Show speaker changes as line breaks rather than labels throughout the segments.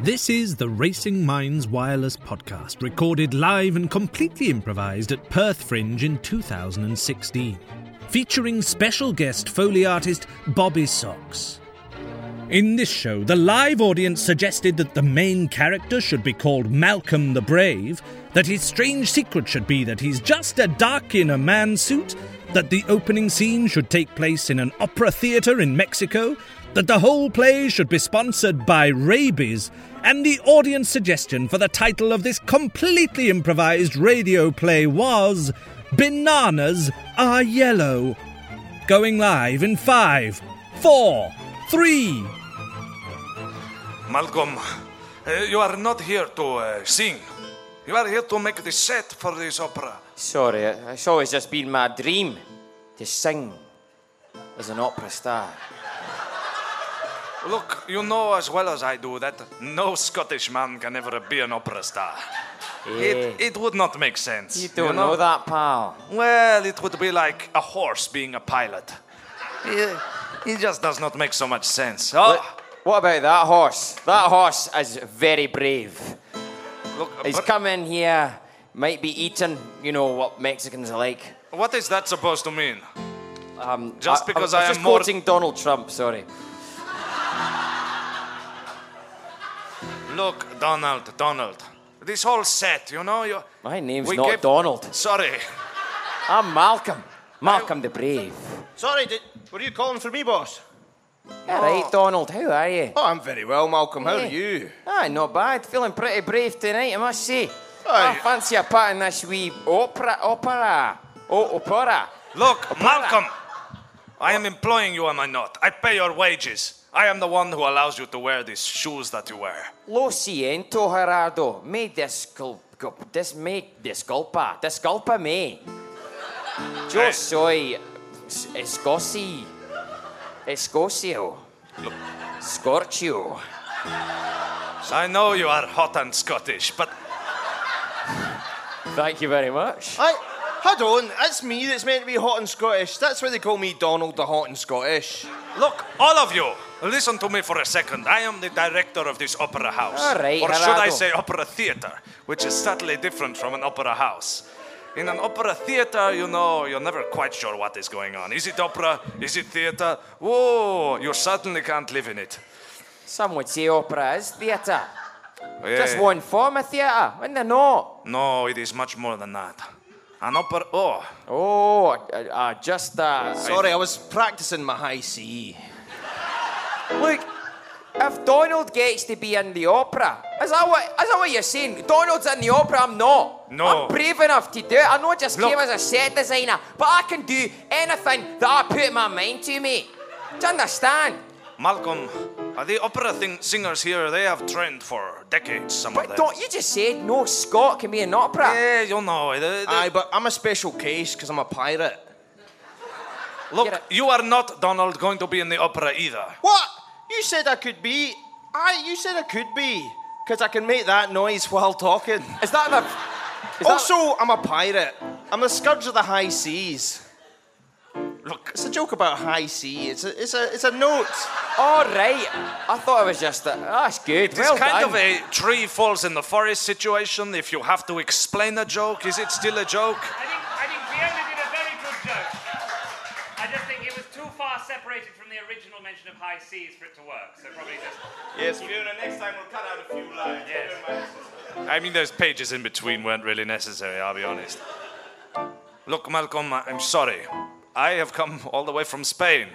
This is the Racing Minds Wireless podcast, recorded live and completely improvised at Perth Fringe in 2016, featuring special guest Foley artist Bobby Socks. In this show, the live audience suggested that the main character should be called Malcolm the Brave, that his strange secret should be that he's just a duck in a man suit, that the opening scene should take place in an opera theatre in Mexico, that the whole play should be sponsored by rabies, and the audience suggestion for the title of this completely improvised radio play was Bananas Are Yellow. Going live in five, four, three.
Malcolm, uh, you are not here to uh, sing. You are here to make the set for this opera.
Sorry, it's always just been my dream to sing as an opera star.
Look, you know as well as I do that no Scottish man can ever be an opera star. It,
Eh,
it would not make sense.
you don't know that, pal.
Well, it would be like a horse being a pilot. It, it just does not make so much sense. Oh,
Look, What about that horse? That horse is very brave.
look,
He's
but
come in here, might be eaten. You know what Mexicans are like.
what is that supposed to mean?
Um,
Just because I
was
am
just
more-
quoting Donald Trump. Sorry.
Look, Donald, Donald. This whole set, you know, you.
My name's
we
not
gave-
Donald.
Sorry.
I'm Malcolm. Malcolm the Brave.
Sorry, did, were you calling for me, boss?
All
Oh.
right, Donald. How are you?
Oh, I'm very well, Malcolm. How
Yeah.
are you?
Aye, not bad. Feeling pretty brave tonight, I must say. I
Aye.
fancy a part in this wee opera, opera, oh, opera.
Look, Malcolm, I am employing you, am I not? I pay your wages. I am the one who allows you to wear these shoes that you wear.
Lo siento, Gerardo. Me disculpa, dis, me disculpa, disculpa me. Yo
Aye.
soy s- escoci, escocio, scorchio.
I know you are hot and Scottish, but
Thank you very much.
I, hold on, it's me that's meant to be hot and Scottish. That's why they call me Donald the Hot and Scottish.
look, all of you, listen to me for a second. I am the director of this opera house.
All right,
or should I
Gerardo.
say opera theater, which is subtly different from an opera house. In an opera theater, you know, you're never quite sure what is going on. Is it opera? Is it theater? Whoa, you certainly can't live in it.
Some would say opera is theatre. Just
Yeah.
one form of theatre, and they're not.
No, it is much more than that. An opera. Oh,
Oh, uh, uh, just uh,
Sorry, I was practicing my high C.
Look, if Donald gets to be in the opera, is that what, is that what you're saying? Donald's in the opera, I'm not.
No.
I'm brave enough to do it. I know I just
Look.
came as a set designer, but I can do anything that I put my mind to, mate. Do you understand?
Malcolm, uh, the opera thing- singers here, they have trained for decades, some of
But
them.
don't you just said no Scott can be in opera?
Yeah, you know. they- they-
Aye, but I'm a special case because I'm a pirate.
look,
you're a-
you are not, Donald, going to be in the opera either.
What? You said I could be. Aye, you said I could be. Because I can make that noise while talking.
Is that the is that-
also, I'm a pirate. I'm the scourge of the high seas.
Look,
It's a joke about high sea. It's a, it's a, it's a note.
all right? I thought it was just a, that's good.
it is
well
kind
done.
of a tree falls in the forest situation. If you have to explain a joke, is it still a joke?
I think I think Fiona did a very good joke. I just think it was too far separated from the original mention of high seas for it to work. So probably just
Yes, Fiona, next time we'll cut out a few lines.
yes.
I mean, those pages in between weren't really necessary, I'll be honest. Look, Malcolm, I- I'm sorry. I have come all the way from Spain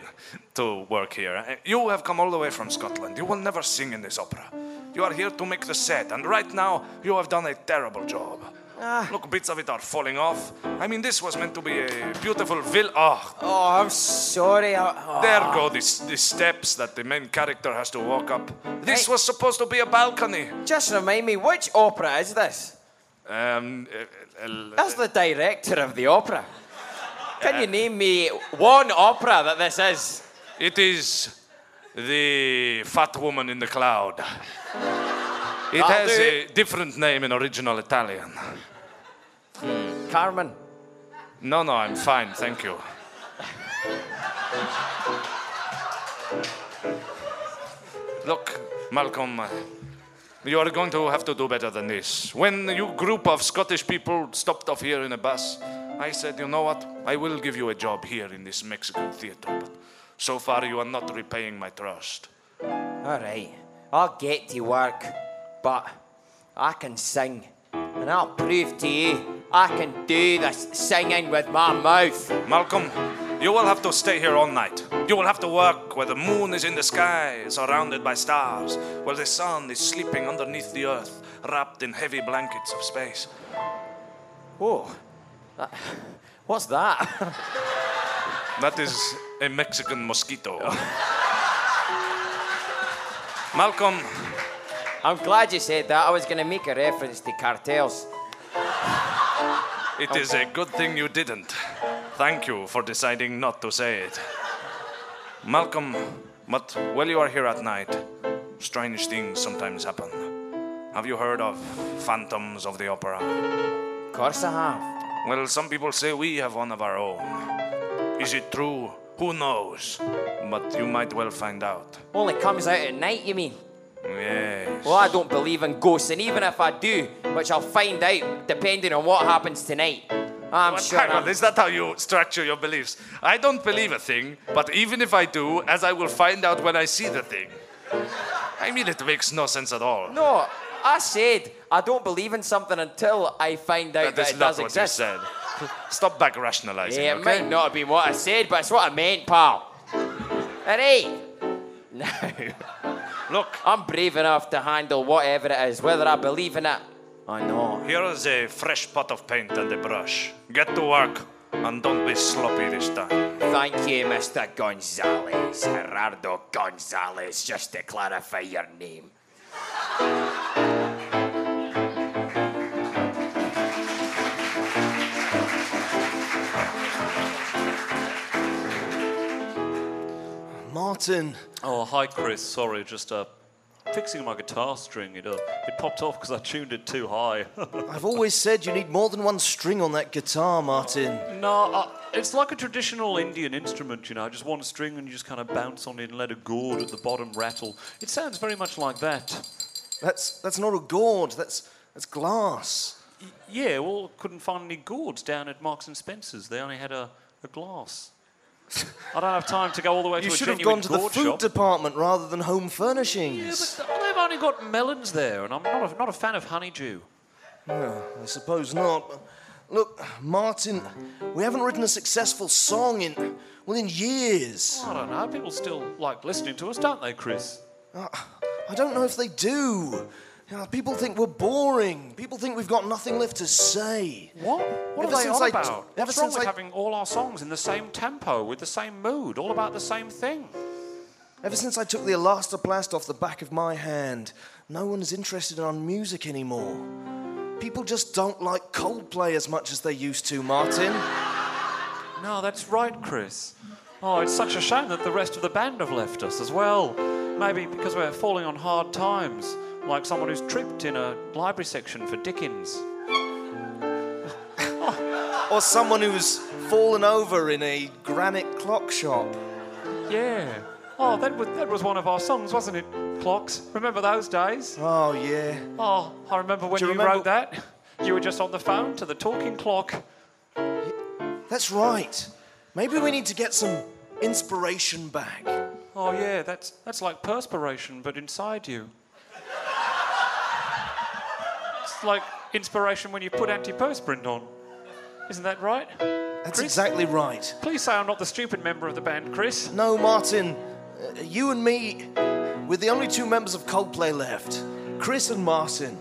to work here. Uh, You have come all the way from Scotland. You will never sing in this opera. You are here to make the set, and right now you have done a terrible job. Look, bits of it are falling off. I mean, this was meant to be a beautiful vill. Oh,
Oh, I'm sorry. I- oh.
there go these, these steps that the main character has to walk up. This
Hey.
was supposed to be a balcony.
Just remind me, which opera is this?
Um, uh, uh,
That's the director of the opera. Can you name me one opera that this is?
It is the fat woman in the cloud. It
I'll
has
do
a different name in original Italian.
Carmen.
No, no, I'm fine, thank you. Look, Malcolm, uh, You are going to have to do better than this. When you group of Scottish people stopped off here in a bus, I said, you know what? I will give you a job here in this Mexican theater, but so far you are not repaying my trust.
All right, I'll get to work, but I can sing, and I'll prove to you I can do this singing with my mouth.
Malcolm, you will have to stay here all night. You will have to work where the moon is in the sky, surrounded by stars, where the sun is sleeping underneath the earth, wrapped in heavy blankets of space.
Whoa, that- what's that?
That is a Mexican mosquito. Malcolm,
I'm glad you said that. I was going to make a reference to cartels.
it is a good thing you didn't. Thank you for deciding not to say it. Malcolm, but while you are here at night, strange things sometimes happen. Have you heard of phantoms of the opera?
Of course I have.
Well, some people say we have one of our own. Is it true? Who knows? But you might well find out.
Only comes out at night, you mean?
Yes.
Well, I don't believe in ghosts, and even if I do, which I'll find out depending on what happens tonight, I'm
But
sure.
hang on,
I'm-
is that how you structure your beliefs? I don't believe a thing, but even if I do, as I will find out when I see the thing. I mean, it makes no sense at all.
No, I said I don't believe in something until I find out that,
that is
it
not
does
what
exist.
you said. Stop back rationalizing.
Yeah, it
okay?
might not have been what I said, but it's what I meant, pal. All right. Now,
Look,
I'm brave enough to handle whatever it is, whether I believe in it or not.
here is a fresh pot of paint and a brush. Get to work, and don't be sloppy this time.
Thank you, Mr. Gonzalez. Gerardo Gonzalez, just to clarify your name.
Martin.
Oh, hi, Chris. Sorry, just uh, fixing my guitar string. It, uh, it popped off because I tuned it too high.
I've always said you need more than one string on that guitar, Martin.
no, uh, it's like a traditional Indian instrument, you know, just one string and you just kind of bounce on it and let a gourd at the bottom rattle. It sounds very much like that.
That's that's not a gourd. That's that's glass.
Yeah, well, couldn't find any gourds down at Marks and Spencer's. They only had a, a glass. I don't have time to go all the way
You
to a
should have gone
genuine
to the
gourd
food
shop.
department rather than home
yeah,
furnishings.
but th- they've only got melons there, and I'm not a, not a fan of honeydew.
I suppose not. but Look, Martin, we haven't written a successful song in well in years.
I don't know. People still like listening to us, don't they, Chris?
Uh, I don't know if they do. You know, people think we're boring. People think we've got nothing left to say.
What? What
Ever
are they
since
on
I-
about?
ever
What's wrong
since
with
I-
having all our songs in the same tempo, with the same mood, all about the same thing?
Ever since I took the elastoplast off the back of my hand, no one is interested in our music anymore. People just don't like Coldplay as much as they used to, Martin.
No, that's right, Chris. Oh, it's such a shame that the rest of the band have left us as well. Maybe because we're falling on hard times, like someone who's tripped in a library section for Dickens.
Or someone who's fallen over in a granite clock shop.
Yeah. Oh, that was, that was one of our songs, wasn't it? Clocks. Remember those days?
Oh, yeah.
Oh, I remember when
Do
you,
you remember-
wrote that. You were just on the phone to the talking clock.
That's right. Maybe we need to get some inspiration back.
Oh yeah, that's that's like perspiration, but inside you. it's like inspiration when you put antiperspirant on. Isn't that right?
That's
Chris?
exactly right.
Please say I'm not the stupid member of the band, Chris.
No, Martin, uh, you and me, we're the only two members of Coldplay left Chris and Martin.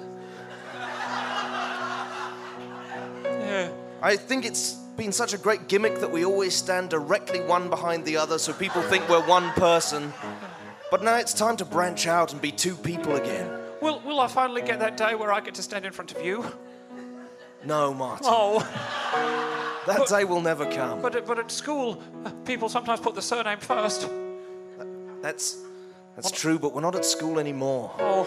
Yeah.
I think it's been such a great gimmick that we always stand directly one behind the other so people think we're one person. But now it's time to branch out and be two people again.
Will will I finally get that day where I get to stand in front of you?
No, Martin.
Oh,
That day will never come.
but at, but at school, uh, people sometimes put the surname first.
That's that's true, but we're not at school anymore.
Oh,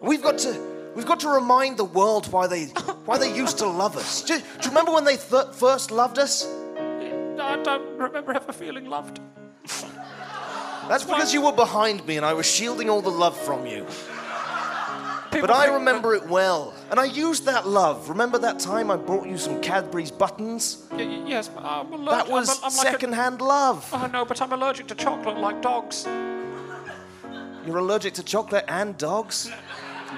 We've got to we've got to remind the world why they why they used to love us. Do, do you remember when they th- first loved us?
I don't remember ever feeling loved.
That's because you were behind me and I was shielding all the love from you.
People
But I
think-
remember it well. And I used that love. Remember that time I brought you some Cadbury's buttons?
Y- y- yes, but I'm allergic.
That was
I'm, I'm like a-
secondhand love.
Oh no, but I'm allergic to chocolate like dogs.
You're allergic to chocolate and dogs?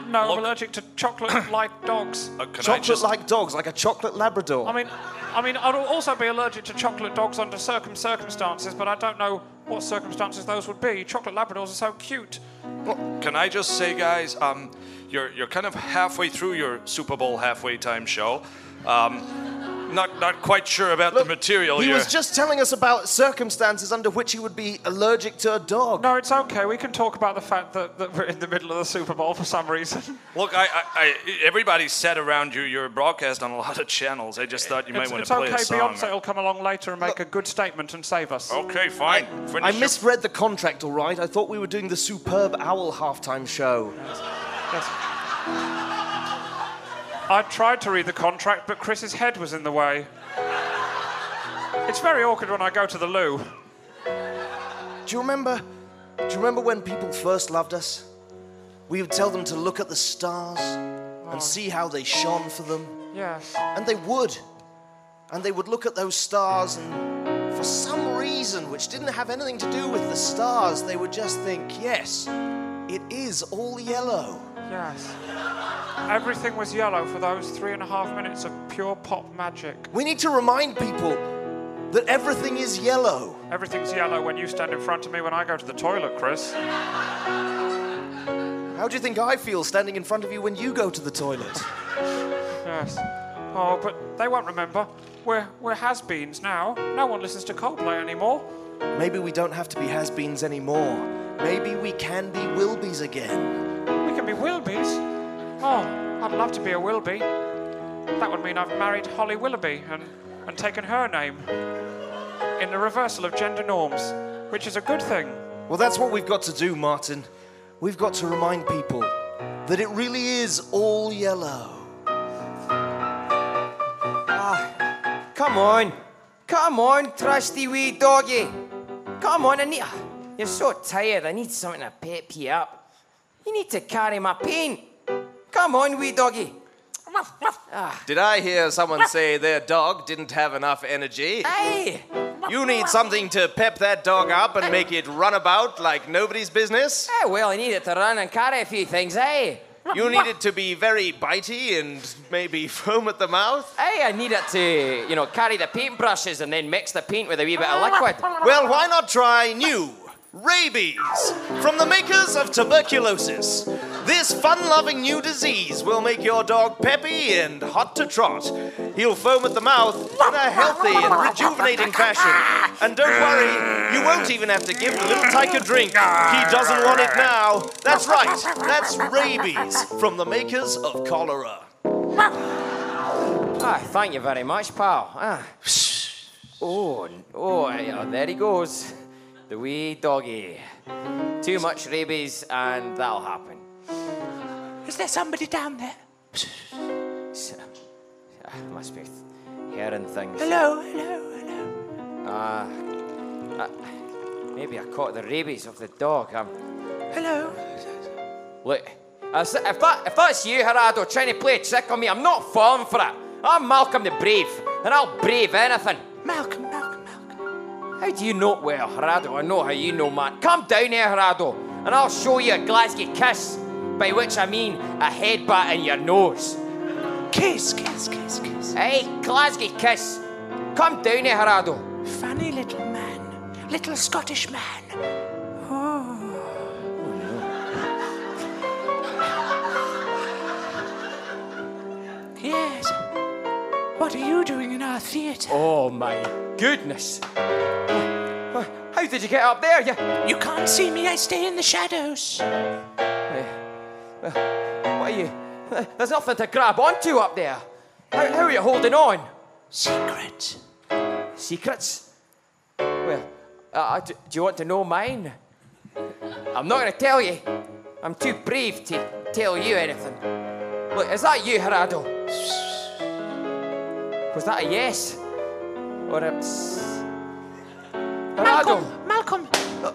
No, I'm allergic to chocolate like dogs.
Uh, can I
Chocolate
just,
like dogs, like a chocolate Labrador.
I mean, I mean, I'd also be allergic to chocolate dogs under certain circumstances, but I don't know what circumstances those would be. Chocolate Labradors are so cute.
can I just say, guys, um, you're you're kind of halfway through your Super Bowl halfway time show. Um, not not quite sure about
Look,
the material
He
here.
was just telling us about circumstances under which he would be allergic to a dog.
No, it's okay. We can talk about the fact that, that we're in the middle of the Super Bowl for some reason.
Look, I, I, I everybody sat around you. You're broadcast on a lot of channels. I just thought you might
it's
want
it's
to play
okay.
a song. Oh.
Beyonce will come along later and make a good statement and save us.
Okay, fine. Finish
I
your-
misread the contract, all right? I thought we were doing the superb owl halftime show.
I tried to read the contract, but Chris's head was in the way. It's very awkward when I go to the loo.
Do you remember? Do you remember when people first loved us? We would tell them to look at the stars and see how they shone for them,
Yes.
and they would. And they would look at those stars, and for some reason, which didn't have anything to do with the stars, they would just think, yes, it is all yellow.
Yes. Everything was yellow for those three and a half minutes of pure pop magic.
We need to remind people that everything is yellow.
Everything's yellow when you stand in front of me when I go to the toilet, Chris.
How do you think I feel standing in front of you when you go to the toilet?
Yes. Oh, but they won't remember. We're, we're has-beens now. No one listens to Coldplay anymore.
Maybe we don't have to be has-beens anymore. Maybe we can be will-bees again.
We can be Wilbys. Oh, I'd love to be a Wilby. That would mean I've married Holly Willoughby and, and taken her name in the reversal of gender norms, which is a good thing.
Well, that's what we've got to do, Martin. We've got to remind people that it really is all yellow.
Come on. Come on, trusty wee doggy. Come on, I need. You're so tired. I need something to pep you up. You need to carry my pain. Come on, wee doggy.
Did I hear someone say their dog didn't have enough energy?
Aye.
You need something to pep that dog up and make it run about like nobody's business?
Aye, well, I need it to run and carry a few things, aye.
You need it to be very bitey and maybe foam at the mouth?
Aye, I need it to, you know, carry the paintbrushes and then mix the paint with a wee bit of liquid.
Well, why not try new rabies from the makers of tuberculosis? This fun loving new disease will make your dog peppy and hot to trot. He'll foam at the mouth in a healthy and rejuvenating fashion. And don't worry, you won't even have to give the little tyke a drink. He doesn't want it now. That's right, that's rabies from the makers of cholera.
Ah, thank you very much, pal. Ah. Oh, n- oh, aye, ah, there he goes. The wee doggy. Too much rabies, and that'll happen. Is there somebody down there? Ah, must be th- hearing things. Hello, hello, hello. Ah, ah, maybe I caught the rabies of the dog. Um, hello. Look, I s- if, that, if that's you, Gerardo, trying to play a trick on me, I'm not falling for it. I'm Malcolm the Brave, and I'll brave anything. Malcolm, Malcolm, Malcolm. How do you know? Well, Gerardo, I know how you know, man. Come down here, Gerardo, and I'll show you a Glasgow kiss, by which I mean a headbutt in your nose.
Kiss, kiss, kiss, kiss.
Hey, Glasgow kiss. Come down here, Gerardo.
Funny little man. Little Scottish man. Oh. Yes. What are you doing in our theatre?
Oh my goodness. How did you get up there? You,
You can't see me, I stay in the shadows.
What are you? There's nothing to grab onto up there. How, how are you holding on?
Secret.
Secrets? Well, uh, uh, do, do you want to know mine? I'm not going to tell you. I'm too brave to tell you anything. Look, is that you, Gerardo? Was that a yes? Or a. s- Gerardo!
Malcolm, Malcolm.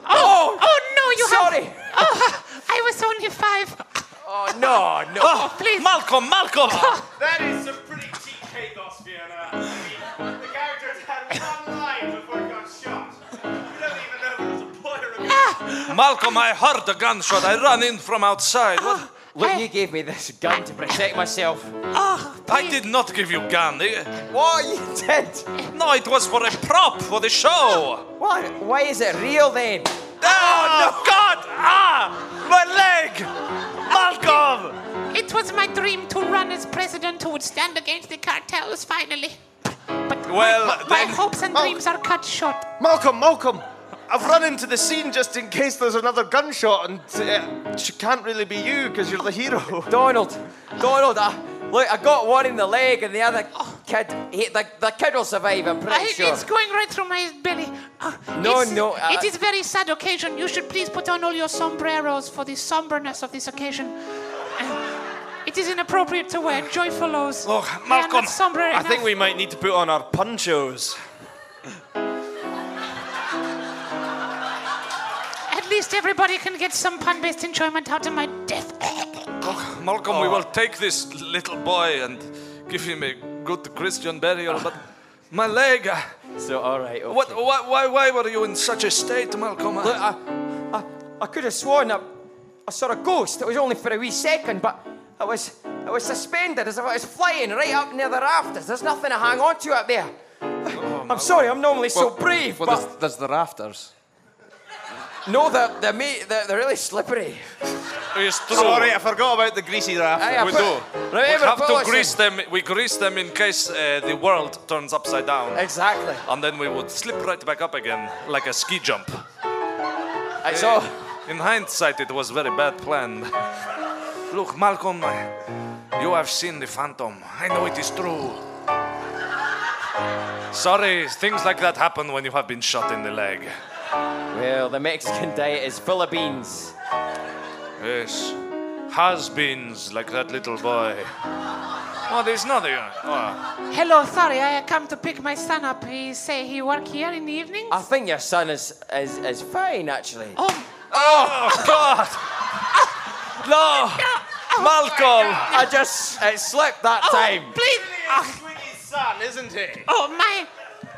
Oh!
Oh no, you
Sorry!
have. Oh, I was only five.
Oh, no, no. please.
Malcolm, Malcolm!
That is some pretty cheap pathos, Fiona. I mean, the characters had one line before he got shot. We don't even know if it was a boy or a girl.
Malcolm, I heard the gunshot. I ran in from outside. What?
Look, you gave me this gun to protect myself.
I did not give you gun. Eh,
What you did?
No, it was for a prop for the show.
What? Why is it real then?
Oh, God! Ah! My leg! Malcolm!
It was my dream to run as president who would stand against the cartels finally. But my-
Well,
my, my
then-
hopes and dreams are cut short.
Malcolm, Malcolm, I've run into the scene just in case there's another gunshot, and uh, it can't really be you because you're the hero.
Donald, Donald, I, look, I got one in the leg and the other kid, he, the, the kid will survive, I'm pretty
I-
sure.
It's going right through my belly. Ah,
No,
it's-
no, uh,
it is very sad occasion. You should please put on all your sombreros for the somberness of this occasion. Uh, It is inappropriate to wear joyfulos.
Look,
They are
Malcolm,
not sombre
I think
enough.
we might need to put on our ponchos.
At least everybody can get some pun-based enjoyment out of my death.
Malcolm, we will take this little boy and give him a good Christian burial, but my leg. ah,
So, all right, okay.
What, why, why, why were you in such a state, Malcolm?
Look, I, I, I could have sworn I, I saw a ghost. It was only for a wee second, but I was, I was suspended as if I was flying right up near the rafters. There's nothing to hang on to up there. I'm sorry, I'm normally so brave,
Well,
but
there's, there's the rafters.
no, they're, they're, ma- they're, they're really slippery.
It's true.
Sorry, I forgot about the greasy raft.
Aye, I
We
put-
do. We
Remember,
have to
policy.
grease them. We grease them in case uh, the world turns upside down,
Exactly.
and then we would slip right back up again like a ski jump.
It's all.
In hindsight, it was very bad plan. Look, Malcolm, you have seen the phantom. I know it is true. Sorry, things like that happen when you have been shot in the leg.
Well, the Mexican diet is full of beans.
Yes. Has-beens like that little boy. What is another? Oh,
Hello, sorry, I come to pick my son up. He say he work here in the evenings.
I think your son is is, is fine, actually.
oh,
oh God! No! Malcolm!
I just it slipped that
oh,
time.
please. Oh,
Swiggy's son, isn't he?
oh, my.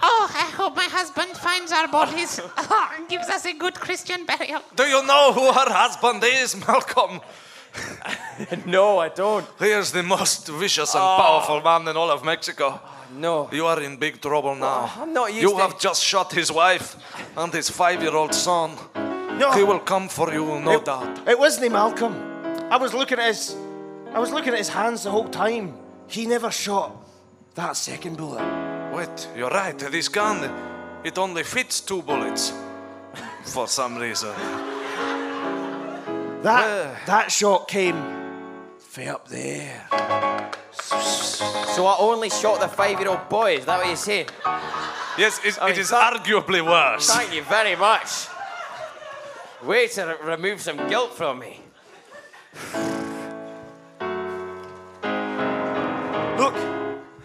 Oh, I hope my husband finds our bodies Ah, and gives us a good Christian burial.
Do you know who her husband is, Malcolm?
No, I don't.
He is the most vicious and powerful man in all of Mexico.
Ah. No. Ah,
You are in big trouble now.
I'm not used
You
to-
have just shot his wife and his five-year-old son. He will come for you, no doubt.
It wasn't Malcolm. I was looking at his, I was looking at his hands the whole time. He never shot that second bullet.
Wait, you're right. This gun, it only fits two bullets. For some reason.
That that shot came way up there.
So I only shot the five-year-old boy. Is that what you saying?
Yes, it,
I
it
mean,
is
that-
arguably worse.
Thank you very much. Way to re- remove some guilt from me.
Look,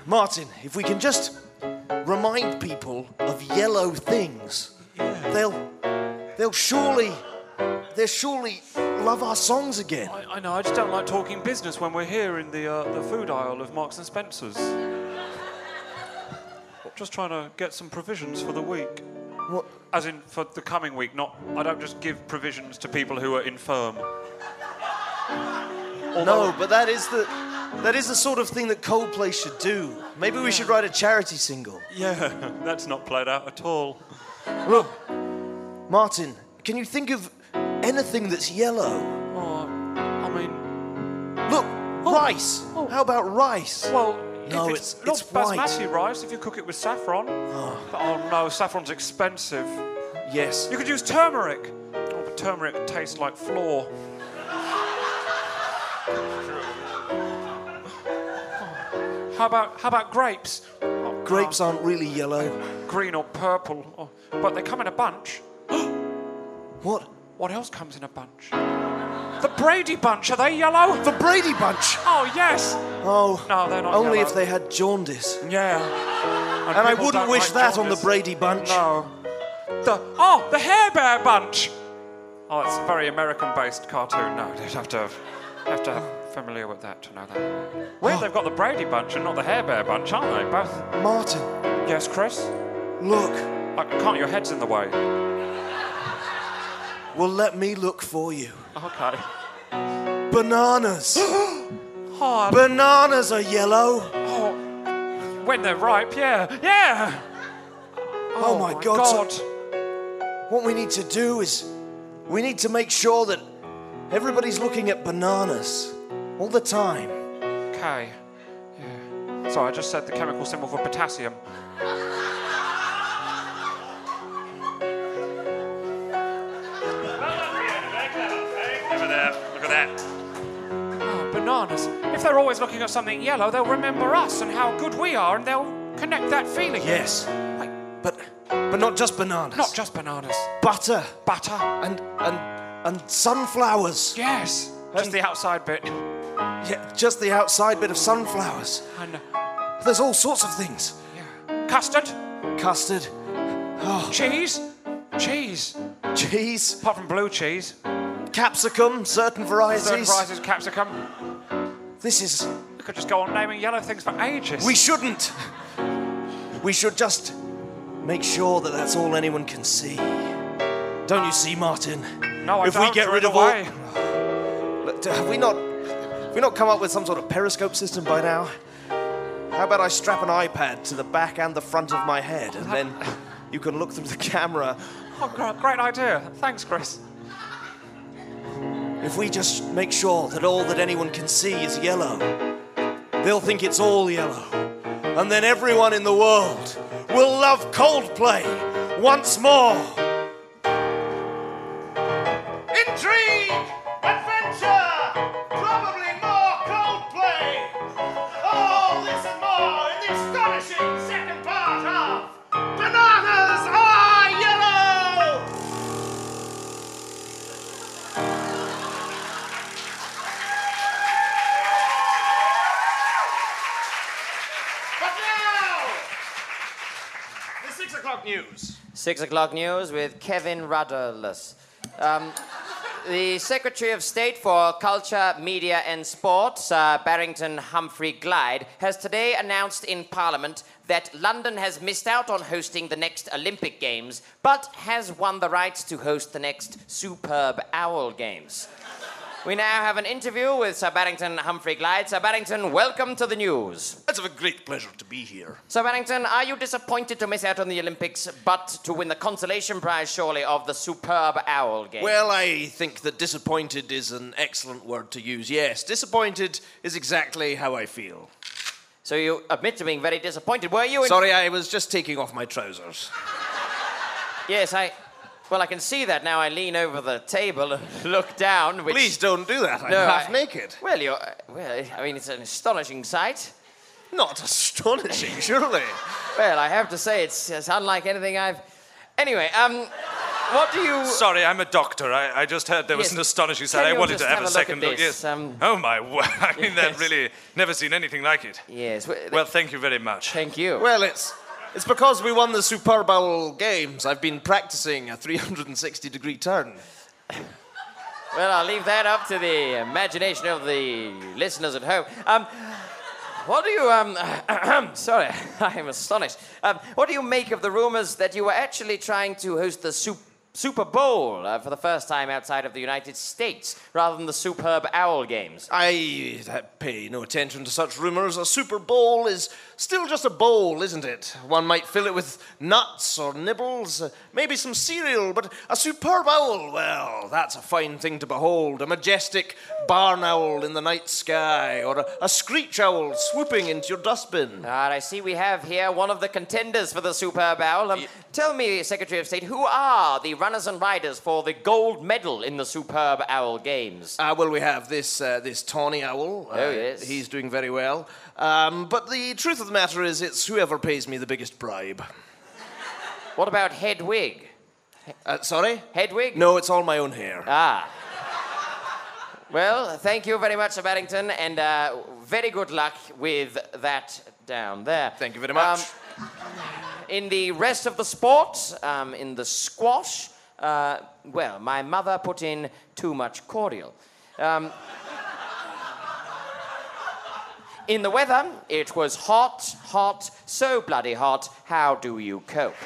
Martin, if we can just remind people of yellow things, they'll they'll surely they'll surely love our songs again.
I, I know. I just don't like talking business when we're here in the uh, the food aisle of Marks and Spencers. Just trying to get some provisions for the week.
What?
As in for the coming week. Not. I don't just give provisions to people who are infirm.
No, but that is the that is the sort of thing that Coldplay should do. Maybe we should write a charity single.
Yeah, that's not played out at all.
Look, Martin, can you think of anything that's yellow?
Oh, I mean, oh.
Look, rice. How about rice?
well,
No,
if
it's-
not
it's white.
basmati rice, if you cook it with saffron. But, oh no, saffron's expensive.
Yes.
You could use turmeric. Oh, but turmeric tastes like floor. How about how about grapes? Oh,
Grapes aren't really yellow.
oh, green or purple, oh, but they come in a bunch.
What?
What else comes in a bunch? The Brady bunch are they yellow?
The Brady Bunch.
Oh yes.
Oh.
No, they're not.
Only if
yellow.
they had jaundice.
Yeah. And,
And I
people
wouldn't
don't
wish
like
that on the
jaundice.
Brady Bunch.
No. The oh, the Hair Bear Bunch. Oh, it's a very American-based cartoon. No, they'd have to. You have to have familiar with that to know that. Well, they've got the Brady bunch and not the Hair Bear bunch, aren't they? Both.
Martin,
Yes, Chris.
look.
I can't. Your head's in the way.
Well, let me look for you.
Okay.
Bananas.
Oh,
Bananas are yellow.
when they're ripe, yeah, yeah.
Oh, my God. so- what we need to do is we need to make sure that everybody's looking at bananas all the time.
Okay. Yeah. Sorry, I just said the chemical symbol for potassium.
Well done, Fiona. Very clever. Very
Over there. Look at that. Oh, bananas. If they're always looking at something yellow, they'll remember us and how good we are, and they'll connect that feeling.
Yes.
Like,
But but not just bananas.
not just bananas.
butter
Butter.
and and and sunflowers.
Yes. Just the outside bit.
Yeah, just the outside bit of sunflowers.
And
There's all sorts of things.
yeah. custard.
Custard,
Cheese. Cheese.
cheese,
Apart from blue cheese.
capsicum, certain varieties.
Certain varieties of capsicum.
This is
We could just go on naming yellow things for ages.
We shouldn't. We should just make sure that that's all anyone can see. Don't you see, Martin?
no, I
if we
don't.
get
throw
rid
it
of all-
away.
Look, Have we not? Have we not come up with some sort of periscope system by now? How about I strap an iPad to the back and the front of my head, and then you can look through the camera.
Oh, gr- great idea. Thanks, Chris.
If we just make sure that all that anyone can see is yellow, they'll think it's all yellow. And then everyone in the world will love Coldplay once more.
Intrigue! Adventure! Probably more Coldplay! All this and more in the astonishing second part of Bananas Are Yellow! But now, the six o'clock news.
Six o'clock news with Kevin Rudderless. Um, the Secretary of State for Culture, Media and Sports, uh, Barrington Humphrey Glyde, has today announced in Parliament that London has missed out on hosting the next Olympic Games, but has won the rights to host the next superb Owl Games. We now have an interview with Sir Barrington Humphrey Glyde. Sir Barrington, welcome to the news.
It's of a great pleasure to be here.
Sir Barrington, are you disappointed to miss out on the Olympics, but to win the consolation prize, surely, of the superb owl game?
Well, I think that disappointed is an excellent word to use. Yes, disappointed is exactly how I feel.
so you admit to being very disappointed, were you? In-
Sorry, I was just taking off my trousers.
Yes, I. Well, I can see that now. I lean over the table and look down. Which,
Please don't do that. I'm
No,
half
I-
naked.
Well, you're. uh, Well, I mean, it's an astonishing sight.
Not astonishing, surely.
Well, I have to say, it's, it's unlike anything I've. Anyway, um, what do you?
Sorry, I'm a doctor. I, I just heard there was
Yes.
an astonishing
Can
sight. I
you
wanted
just
to have,
have a
a
look at
second look.
this?
Yes.
Um,
oh my word! I mean,
yes.
that really never seen anything like it.
Yes. w-
Well, thank you very much.
thank you.
Well, it's it's because we won the Super Bowl games. I've been practicing a 360 degree turn.
Well, I'll leave that up to the imagination of the listeners at home. Um, what do you, um, sorry, I am astonished. Um, what do you make of the rumors that you were actually trying to host the Sup- Super Bowl uh, for the first time outside of the United States rather than the superb Owl Games?
I uh, pay no attention to such rumors. A Super Bowl is still just a bowl, isn't it? One might fill it with nuts or nibbles, uh, maybe some cereal, but a superb owl, well, that's a fine thing to behold. A majestic barn owl in the night sky, or a, a screech owl swooping into your dustbin.
All right, I see we have here one of the contenders for the Superb Owl. Um, Tell me, Secretary of State, who are the runners and riders for the gold medal in the Superb Owl Games?
Uh, well, we have this uh, this tawny owl. Uh,
Oh, yes.
he's doing very well. Um, but the truth of the matter is, it's whoever pays me the biggest bribe.
What about Hedwig?
Uh, sorry?
Hedwig?
No, it's all my own hair.
Ah. Well, thank you very much, Sir Barrington, and uh, very good luck with that down there.
Thank you very much.
Um, in the rest of the sport, um, in the squash, uh, well, my mother put in too much cordial. Um, in the weather, it was hot, hot, so bloody hot. How do you cope?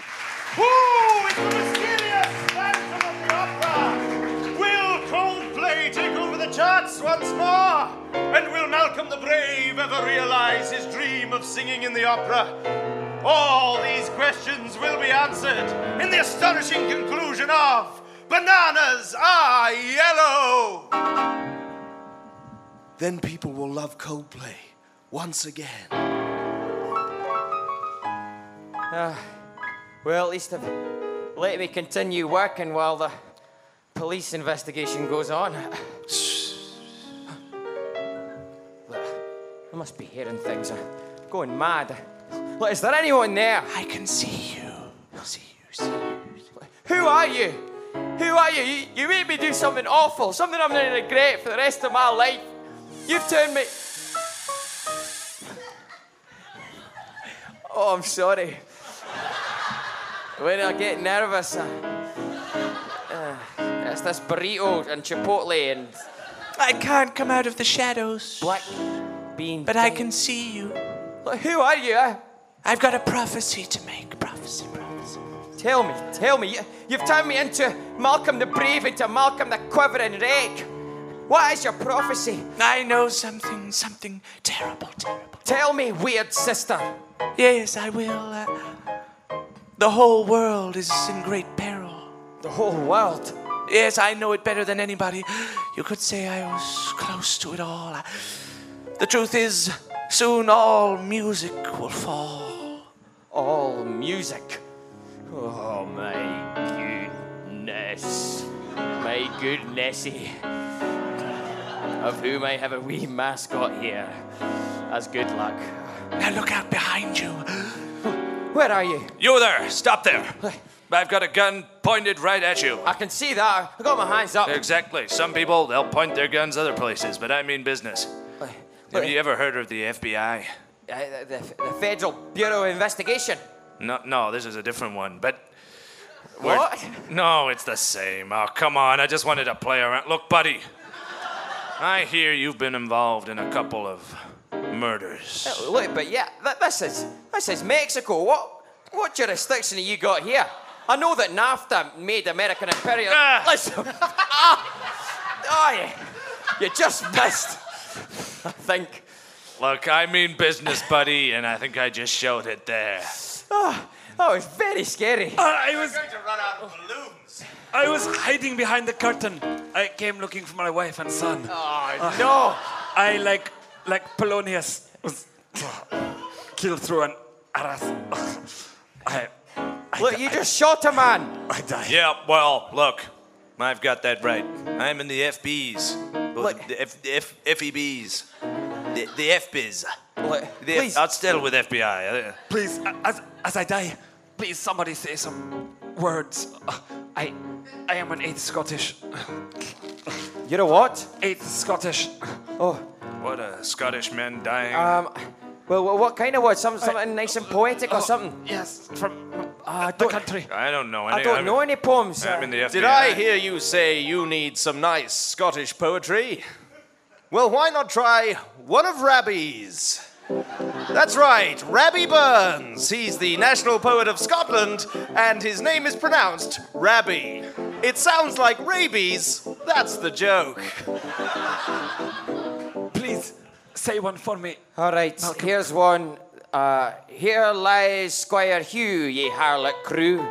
Woo! It's the mysterious Phantom of the Opera! Will Coldplay take over the charts once more? And will Malcolm the Brave ever realize his dream of singing in the opera? All these questions will be answered in the astonishing conclusion of Bananas Are Yellow! Then people will love Coldplay once again.
Well, at least I've let me continue working while the police investigation goes on. Look, I must be hearing things. I'm going mad. Look, is there anyone there? I can see you. See you, see you. Who are you? Who are you? you? You made me do something awful, something I'm going to regret for the rest of my life. You've turned me. Oh, I'm sorry. When I get nervous, I, uh, it's this burrito and chipotle and
I can't come out of the shadows,
black bean.
but I
thing.
can see you.
Look, Who are you? eh?
I've got a prophecy to make. Prophecy, prophecy.
Tell me, tell me. You- You've turned me into Malcolm the Brave, into Malcolm the Quivering Wreck. What is your prophecy?
I know something, something terrible, terrible.
Tell me, weird sister.
Yes, I will. Uh, the whole world is in great peril.
The whole world.
Yes, I know it better than anybody. You could say I was close to it all. I- The truth is, soon all music will fall.
All music. Oh my goodness. My goodnessy. Of whom I have a wee mascot here. As good luck.
Now look out behind you.
Where are you?
You there, stop there. I've got a gun pointed right at you.
I can see that. I got my hands
Uh,
up.
Exactly. Some people, they'll point their guns other places, but I mean business. Have you ever heard of the FBI?
Uh, the, the Federal Bureau of Investigation.
No, no, this is a different one, but. we're-
What?
No, it's the same. Oh, come on. I just wanted to play around. Look, buddy. I hear you've been involved in a couple of murders.
Oh.
Look, but yeah, th- this is this is Mexico. What what jurisdiction have you got here? I know that NAFTA made American imperial.
Ah.
Listen, ah, ah, you, you just missed. I think.
Look, I mean business, buddy, and I think I just showed it there.
Oh, that was very scary.
I was,
Going to run out of balloons.
I was hiding behind the curtain. I came looking for my wife and son.
Oh,
Ah,
No,
I like like Polonius was killed through an arras. I, I
look,
di-
you just shot a man.
I died.
Yeah, well, look. I've got that right. I'm in the FBs. Well,
Look-
the F, the F, FEBs. The, the FBs.
Look,
The F,
please,
I'm still with FBI. Uh,
Please, a- as, as I die, please somebody say some words. Uh, I I am an eighth Scottish.
you know what?
Eighth Scottish.
What a Scottish man dying.
Uh,
Um, well, well, what kind of word? Some, something nice and poetic
Oh,
or something?
Yes, from
I
the
don't,
uh, country.
I don't know. Any,
I don't
I'm,
know any poems.
I'm in the FBI.
Did I hear you say you need some nice Scottish poetry? Well, why not try one of Rabbi's? That's right, Rabbi Burns. He's the national poet of Scotland, and his name is pronounced Rabbi. It sounds like rabies. That's the joke.
Please say one for me.
All right, here's one. Uh, here lies Squire Hugh, ye harlot crew.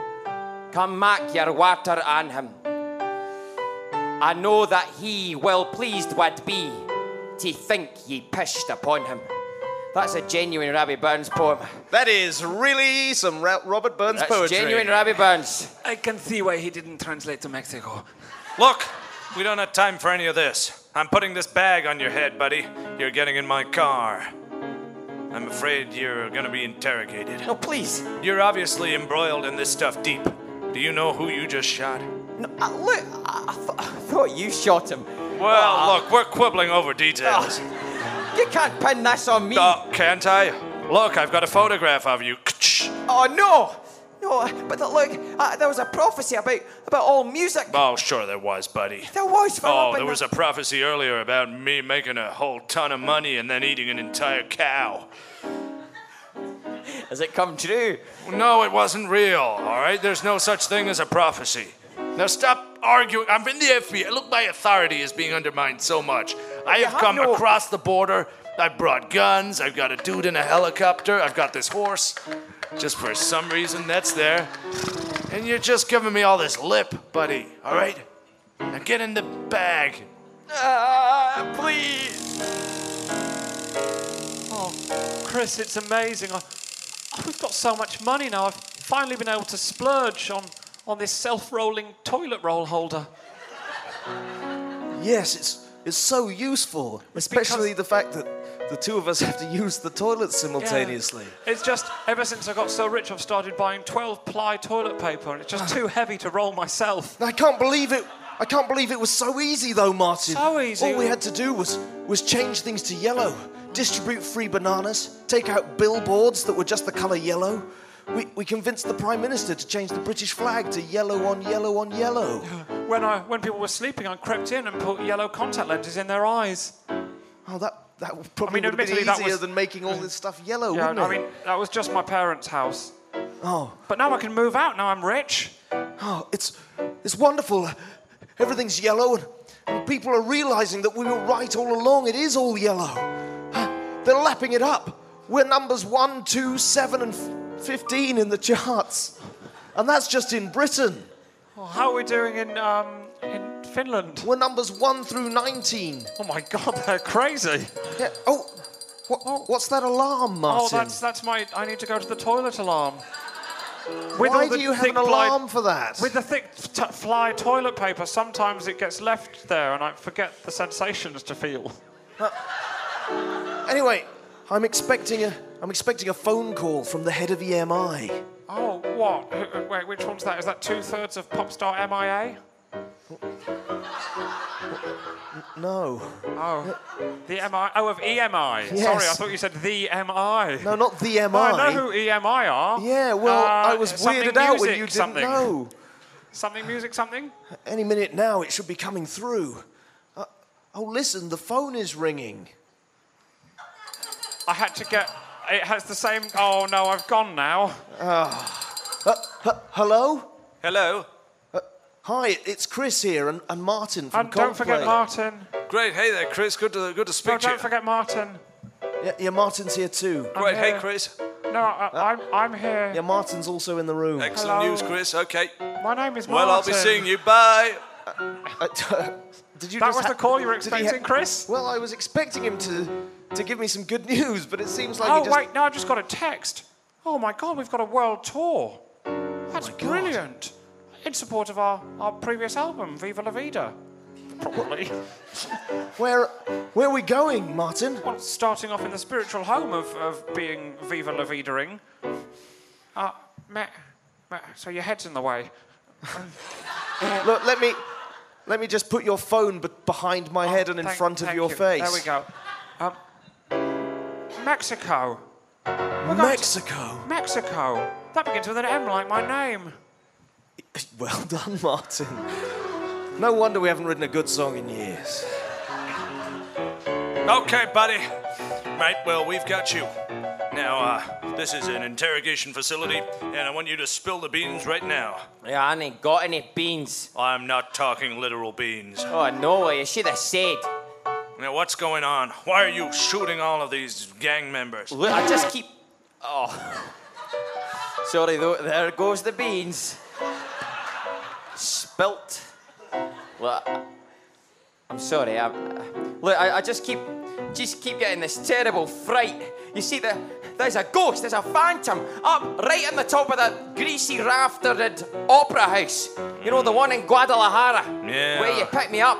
Come mak your water on him. I know that he well pleased would be to think ye pished upon him. That's a genuine Rabbi Burns poem.
That is really some Ra- Robert Burns
That's
poetry.
genuine Rabbi Burns.
I can see why he didn't translate to Mexico.
Look, we don't have time for any of this. I'm putting this bag on your head, buddy. You're getting in my car. I'm afraid you're gonna be interrogated.
No, please.
You're obviously embroiled in this stuff deep. Do you know who you just shot?
No, uh, look, I, I, th- I thought you shot him.
Well, look, we're quibbling over details. Uh,
You can't pin this on me.
Oh, can't I? Look, I've got a photograph of you.
Oh, no!
No, but look, uh, there was a prophecy about about all music.
Oh, sure there was, buddy.
There was, Philip,
Oh,
and
there was a prophecy earlier about me making a whole ton of money and then eating an entire cow.
Has it come true?
No, it wasn't real, all right? There's no such thing as a prophecy. Now stop arguing. I'm in the FBI. Look, my authority is being undermined so much. I have
have
come
no-
across the border. I've brought guns. I've got a dude in a helicopter. I've got this horse. Just for some reason, that's there. And you're just giving me all this lip, buddy, all right? Now get in the bag.
Ah, please.
Oh, Chris, it's amazing. I, oh, we've got so much money now. I've finally been able to splurge on, on this self rolling toilet roll holder.
Yes, it's it's so useful, especially the fact that the two of us have to use the toilet simultaneously.
It's just, ever since I got so rich, I've started buying 12 ply toilet paper, and it's just too heavy to roll myself.
I can't believe it. I can't believe it was so easy though, Martin.
So easy.
All we had to do was was change things to yellow, distribute free bananas, take out billboards that were just the color yellow. We, we convinced the prime minister to change the British flag to yellow on yellow on yellow.
When, I, when people were sleeping, I crept in and put yellow contact lenses in their eyes.
Oh, that that probably
mean,
would have been
admittedly, that
easier
was-
than making all this stuff yellow,
Yeah,
wouldn't
I
it?
mean, that was just my parents' house.
oh,
But now I can move out, now I'm rich.
oh, it's it's wonderful. Everything's yellow, and, and people are realizing that we were right all along. It is all yellow. Huh, They're lapping it up. We're numbers one, two, seven, and f- fifteen in the charts, and that's just in Britain.
Well, how are we doing in, um, in Finland?
We're numbers one through nineteen.
Oh my god, they're crazy.
Yeah. Oh, wha- what's that alarm, Martin?
Oh, that's that's my. I need to go to the toilet alarm. With
Why
all the
do you have
thick
an
fly-
alarm for that?
with the thick t- fly toilet paper, sometimes it gets left there, and I forget the sensations to feel.
Anyway, I'm expecting a I'm expecting a phone call from the head of E EMI.
Oh, what? Wh- wh- Wait, which one's that? Is that two thirds of Popstar MIA?
No,
Oh, the MI. Oh, of EMI. Sorry, I
Yes.
thought you said the MI.
no, not the EMI.
Oh, I know who EMI are.
Yeah, well,
Uh,
I was
something
weirded out when
music
you didn't
something.
know.
Something music something.
Any minute now, it should be coming through. Uh, oh, listen, the phone is ringing.
I had to get. It has the same. Oh no, I've gone now.
Uh, h- hello?
Hello.
Hi, it's Chris here and, and Martin from
And don't forget
Coldplay.
Martin.
Great. Hey there, Chris. Good to good to speak
No,
to you.
don't forget Martin.
Yeah, yeah, Martin's here too.
Great. Hey,
here.
Chris.
No, I,
Uh,
I'm I'm here.
Yeah, Martin's also in the room.
Excellent
Hello.
news, Chris. Okay.
My name is Martin.
Well, I'll be seeing you. Bye.
Uh, Did you
That
just
was
ha-
the call you were
did he ha-
expecting, Chris.
Well, I was expecting him to to give me some good news, but it seems like
Oh
he just
wait, no, I just got a text. Oh my God, we've got a world tour. That's brilliant. In support of our, our previous album, Viva La Vida. Probably.
Where, where are we going, Martin?
well, starting off in the spiritual home of, of being Viva La Vidaing. Uh, meh, meh, so your head's in the way.
Look, let me, let me just put your phone be- behind my head and in
Oh, Thank-
front of
thank
your
you.
face.
There we go. Um, Mexico. We're going to-
Mexico.
Mexico. That begins with an M like my name.
Well done, Martin. No wonder we haven't written a good song in years.
Okay, buddy. Right, well, we've got you. Now, uh, this is an interrogation facility, and I want you to spill the beans right now.
Yeah, I ain't got any beans.
I'm not talking literal beans.
Oh no, you should have said.
Now, what's going on? Why are you shooting all of these gang members?
I just keep. Oh. Sorry, though. There goes the beans. Spilt. Well, I- I'm sorry. i look, I, I just keep, just keep getting this terrible fright. You see, the, there's a ghost, there's a phantom up right on the top of that greasy raftered opera house. You know, the one in Guadalajara.
Yeah.
Where you pick me up.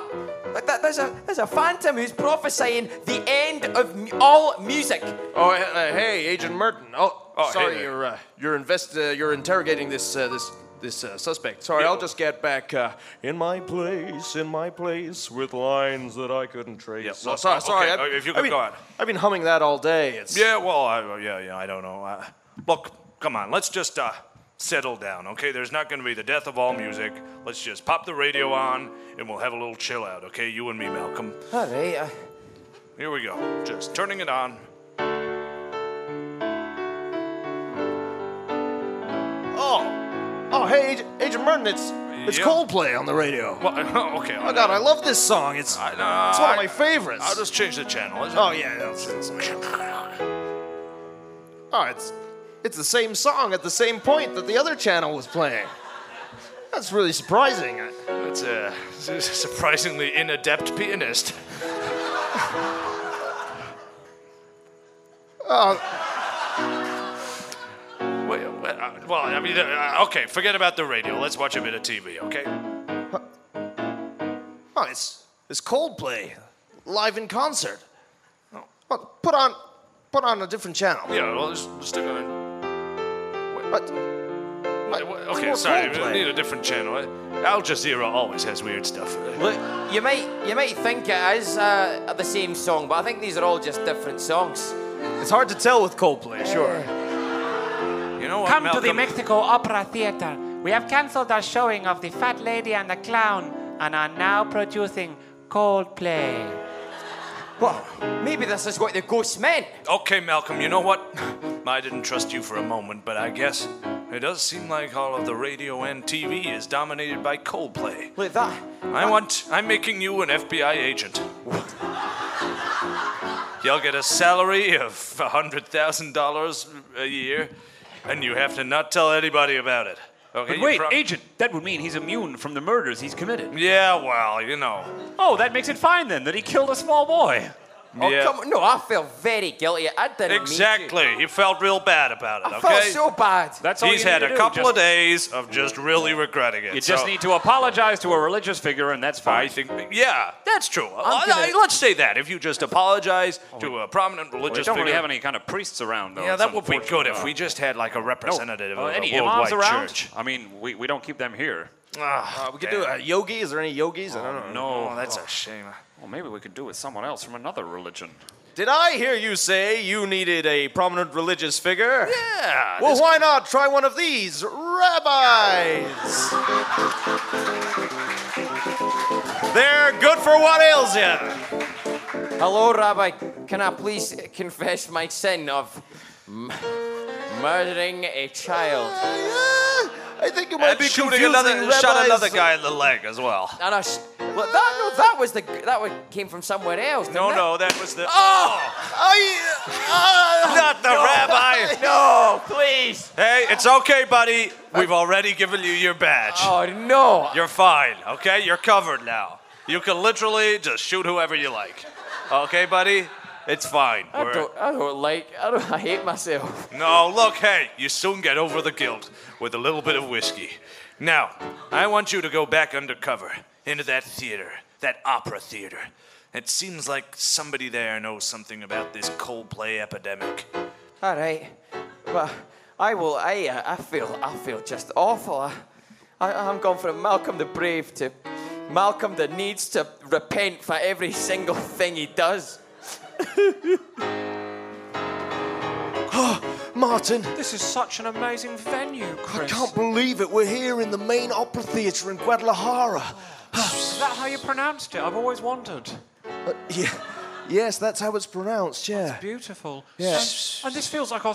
Like that, there's a there's a phantom who's prophesying the end of mu- all music.
Oh, uh, hey, Agent Merton. Oh,
Oh, hey
sorry,
there.
you're uh, you're invest uh, you're interrogating this uh, this this uh, suspect. Sorry, I'll just get back uh, in my place, in my place, with lines that I couldn't trace. Oh,
Yeah,
So-
well,
sorry,
okay,
sorry. I've-
uh, if you
I've
could
been-
go on.
I've been humming that all day. It's
Yeah, well, I, yeah, yeah, I don't know. Uh, look, come on, let's just uh, settle down, okay? There's not going to be the death of all music. Let's just pop the radio on and we'll have a little chill out, okay? You and me, Malcolm.
All right. uh, I-
Here we go. Just turning it on.
Oh, oh, hey, Agent, Agent Merton, it's it's
Yeah.
Coldplay on the radio.
Well, okay.
Oh God, I love this song. It's
uh,
it's one
I-
of my favorites.
I'll just change the channel.
Oh yeah, that's, that's oh, it's it's the same song at the same point that the other channel was playing. That's really surprising. I-
That's a su- surprisingly inadept pianist. Uh.
Oh,
Wait, wait, uh, well, I mean, uh, okay, forget about the radio. Let's watch a bit of TV, okay?
oh, it's it's Coldplay live in concert. Oh, put on put on a different channel.
Yeah, well, let's, let's stick on.
But- uh,
Wait, wait, okay,
more
sorry, we
Coldplay.
need a different channel. Al Jazeera always has weird stuff.
Look, you might you might think it is uh, the same song, but I think these are all just different songs.
It's hard to tell with Coldplay, sure.
You know what,
Come to
Malcolm?
the Mexico Opera Theater. We have cancelled our showing of The Fat Lady and the Clown and are now producing Coldplay.
Well, maybe this is what the ghost meant.
Okay, Malcolm, you know what? I didn't trust you for a moment, but I guess it does seem like all of the radio and TV is dominated by Coldplay.
Look that.
I want. I'm making you an FBI agent. You'll get a salary of $100,000 a year, and you have to not tell anybody about it. Okay,
But
you
wait,
pro-
agent, that would mean he's immune from the murders he's committed.
Yeah, well, you know.
Oh, that makes it fine then that he killed a small boy.
Oh
yeah.
come on. No, I feel very guilty. I didn't mean to.
Exactly. He felt real bad about it, okay?
I felt so bad.
That's all
He's
you need
had
to
a
do,
couple
just-
of days of just really regretting it.
You just
so
need to apologize to a religious figure, and that's fine.
I think, yeah, that's true. I-
gonna-
I- let's say that. If you just apologize to a prominent
we
religious
don't really
figure-
have any kind of priests around, though.
Yeah,
It's
that would be
unfortunate.
good if we just had like a
No.
representative
Uh,
of
any
a worldwide
imams around?
church.
I mean, we, we don't keep them here.
Ah,
Uh, we could do a yogi. Is there any yogis? I don't know.
No,
Oh, that's a shame.
Well, maybe we could do with someone else from another religion.
Did I hear you say you needed a prominent religious figure?
Yeah.
Well, why not try one of these rabbis? They're good for what ails you.
Hello, Rabbi. Can I please confess my sin of m- murdering a child?
I think you might
and
be
shooting
confusing
another,
rabbis.
shot another guy in the leg as well.
And I sh- Look, that no, that was the that one came from somewhere else.
No,
didn't it?
no, that was the.
Oh!
I, uh,
Not the rabbi.
No, please.
Hey, it's okay, buddy. We've already given you your badge.
Oh no.
You're fine, okay? You're covered now. You can literally just shoot whoever you like. Okay, buddy? It's fine.
I
We're-
don't, I don't like. I don't. I hate myself.
No, look, hey, you soon get over the guilt with a little bit of whiskey. Now, I want you to go back undercover into that theater, that opera theater. It seems like somebody there knows something about this Coldplay epidemic.
All right, but I will. I. Uh, I feel. I feel just awful. I, I. I'm going from Malcolm the Brave to Malcolm that needs to repent for every single thing he does.
Martin,
This is such an amazing venue,
I
Chris.
can't believe it. We're here in the main opera theater in Guadalajara.
Is that how you pronounced it? I've always wanted.
Uh, yeah. Yes, that's how it's pronounced, yeah.
Beautiful.
Yeah.
And, and this feels like our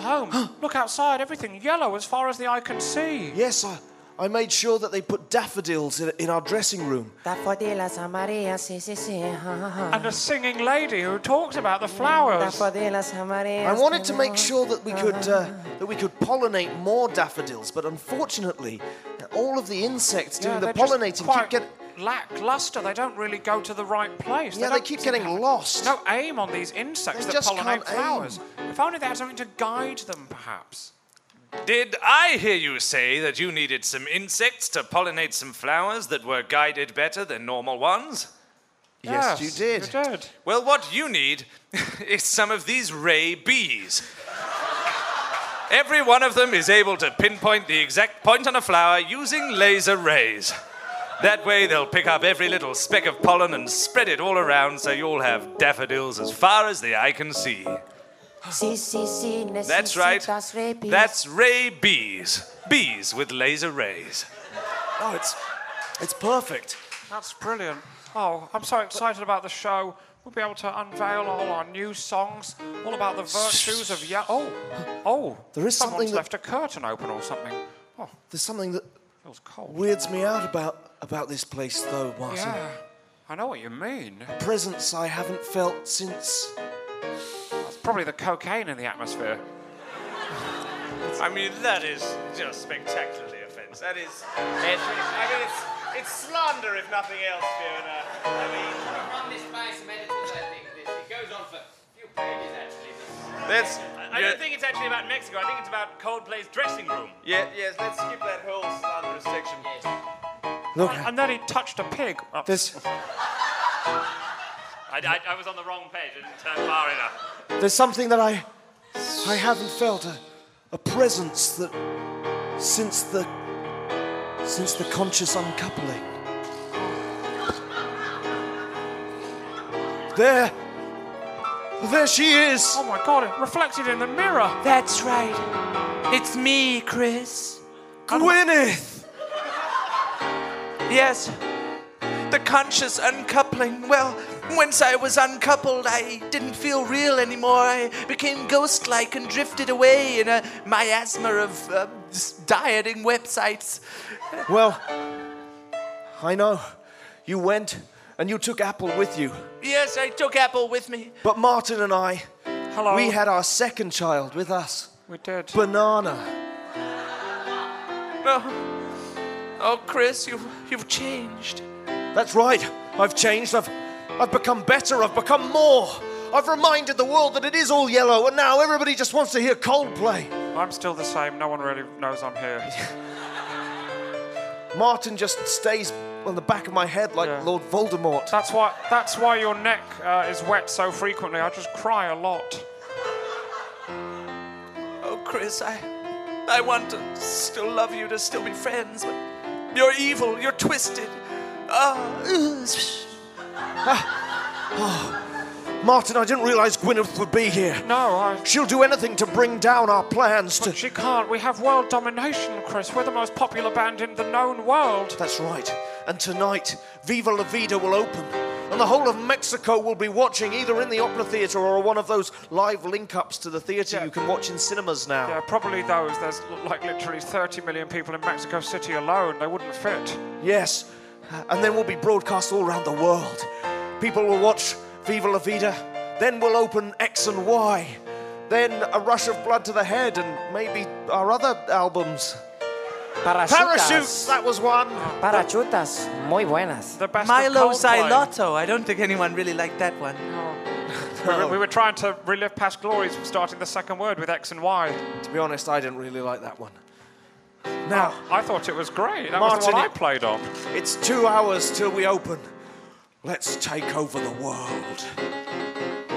home. Look outside, everything yellow as far as the eye can see.
Yes, I, I made sure that they put daffodils in, in our dressing room.
Daffodilas amarillas, sí, sí, sí. ha, ha, ha.
And a singing lady who talks about the flowers.
Daffodilas amarillas.
I wanted to make sure that we could uh, that we could pollinate more daffodils, but unfortunately, all of the insects doing
Yeah,
the
they're just
pollinating
quite
keep getting
lackluster. They don't really go to the right place.
yeah, they
don't
keep
seem to
getting lost.
No aim on these insects
They
that
just
pollinate
can't aim.
flowers. If only they had something to guide them, perhaps.
Did I hear you say that you needed some insects to pollinate some flowers that were guided better than normal ones?
Yes, you did.
You did.
Well, what you need is some of these ray bees. Every one of them is able to pinpoint the exact point on a flower using laser rays. That way, they'll pick up every little speck of pollen and spread it all around so you'll have daffodils as far as the eye can see.
Si, si, si,
That's right.
necesitas rabies.
That's ray bees. Bees with laser rays.
Oh, it's it's perfect.
That's brilliant. Oh, I'm so excited about the show. We'll be able to unveil all our new songs, all about the virtues of yeah. Oh, oh.
There is
someone's
something that-
left a curtain open or something. Oh,
There's something that
feels cold.
weirds me out about about this place, though, Martin.
Yeah, I know what you mean.
A presence I haven't felt since.
It's probably the cocaine in the atmosphere.
I mean, that is just spectacularly offensive.
That is. I mean, it's, it's slander if nothing else, Fiona. I mean,
Run this by some editors, I think. This. It goes on for a few pages, actually.
That's.
I don't think it's actually about Mexico. I think it's about Coldplay's dressing room.
Yeah, yes, let's skip that whole slander section.
Look,
And then he touched a pig. Oh,
there's
I, I, I was on the wrong page. I didn't turn far enough.
there's something that I I haven't felt a, a presence that since the since the conscious uncoupling. There, there she is.
oh my god, it reflected in the mirror.
That's right. It's me, Chris.
Gwyneth!
Yes. The conscious uncoupling. Well, once I was uncoupled, I didn't feel real anymore. I became ghost like and drifted away in a miasma of uh, s- dieting websites.
Well, I know. You went and you took Apple with you.
Yes, I took Apple with me.
But Martin and I,
Hello.
we had our second child with us
We did.
Banana.
Oh, oh Chris, you, you've changed.
That's right. I've changed. I've, I've become better. I've become more. I've reminded the world that it is all yellow, and now everybody just wants to hear Coldplay.
I'm still the same. No one really knows I'm here.
Martin just stays on the back of my head like
Yeah.
Lord Voldemort.
That's why. That's why your neck uh, is wet so frequently. I just cry a lot.
Oh, Chris, I, I want to still love you, to still be friends, but you're evil, you're twisted. Ah, ugh.
Martin, I didn't realize Gwyneth would be here.
No, I.
She'll do anything to bring down our plans to.
But she can't. We have world domination, Chris. We're the most popular band in the known world.
That's right. And tonight, Viva La Vida will open. And the whole of Mexico will be watching either in the Opera Theatre or one of those live link ups to the theatre
Yeah.
you can watch in cinemas now.
Yeah, probably those. There's l- like literally 30 million people in Mexico City alone. They wouldn't fit.
Yes. And then we'll be broadcast all around the world. People will watch Viva La Vida. Then we'll open X and Y. Then a rush of blood to the head and maybe our other albums. Parachutes, that was one.
Parachutas, muy buenas.
The best
Milo
of Coldplay.
Xylotto. I don't think anyone really liked that one.
We were, we were trying to relive past glories, starting the second word with X and Y.
To be honest, I didn't really like that one. Now,
I thought it was great. That was
Martin,
the one I
it-
played on.
It's two hours till we open. Let's take over the world.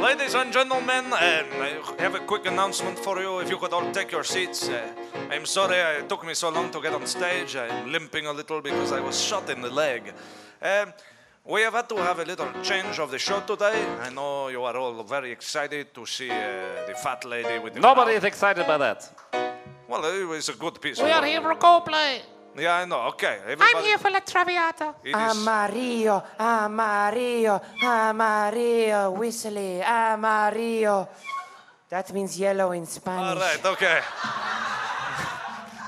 Ladies and gentlemen, um, I have a quick announcement for you. If you could all take your seats. Uh, I'm sorry uh, it took me so long to get on stage. I'm limping a little because I was shot in the leg. Um, we have had to have a little change of the show today. I know you are all very excited to see uh, the fat lady with the.
Nobody is
mouth.
excited by that.
Well, it was a good piece. of
We are
work.
here for Coldplay.
Yeah, I know. Okay.
I'm
Everybody.
here um, for La Traviata.
It is-
Amarillo, amarillo, amarillo, whistly, amarillo. That means yellow in
All
Spanish.
right, okay.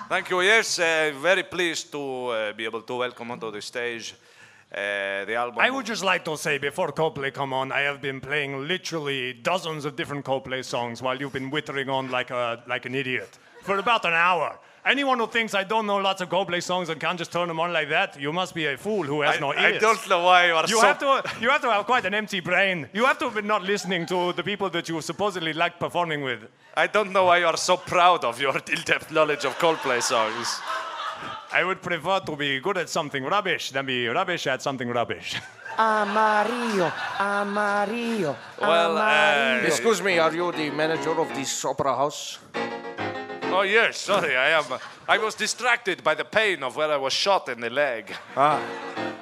Thank you. Yes, uh, very pleased to uh, be able to welcome onto the stage uh, the album.
I would just like to say before Coldplay come on, I have been playing literally dozens of different Coldplay songs while you've been whittering on like a like an idiot for about an hour. Anyone who thinks I don't know lots of Coldplay songs and can't just turn them on like that, you must be a fool who has
I,
no
I
ears.
don't know why you are
You
so.
have to you have to have quite an empty brain. You have to have been not listening to the people that you supposedly like performing with.
I don't know why you are so proud of your in-depth knowledge of Coldplay songs.
I would prefer to be good at something rubbish than be rubbish at something rubbish.
Amarillo, amarillo,
Well,
amarillo.
uh,
Excuse me, are you the manager of this opera house?
oh yes, sorry, I am. uh, I was distracted by the pain of where I was shot in the leg.
Ah,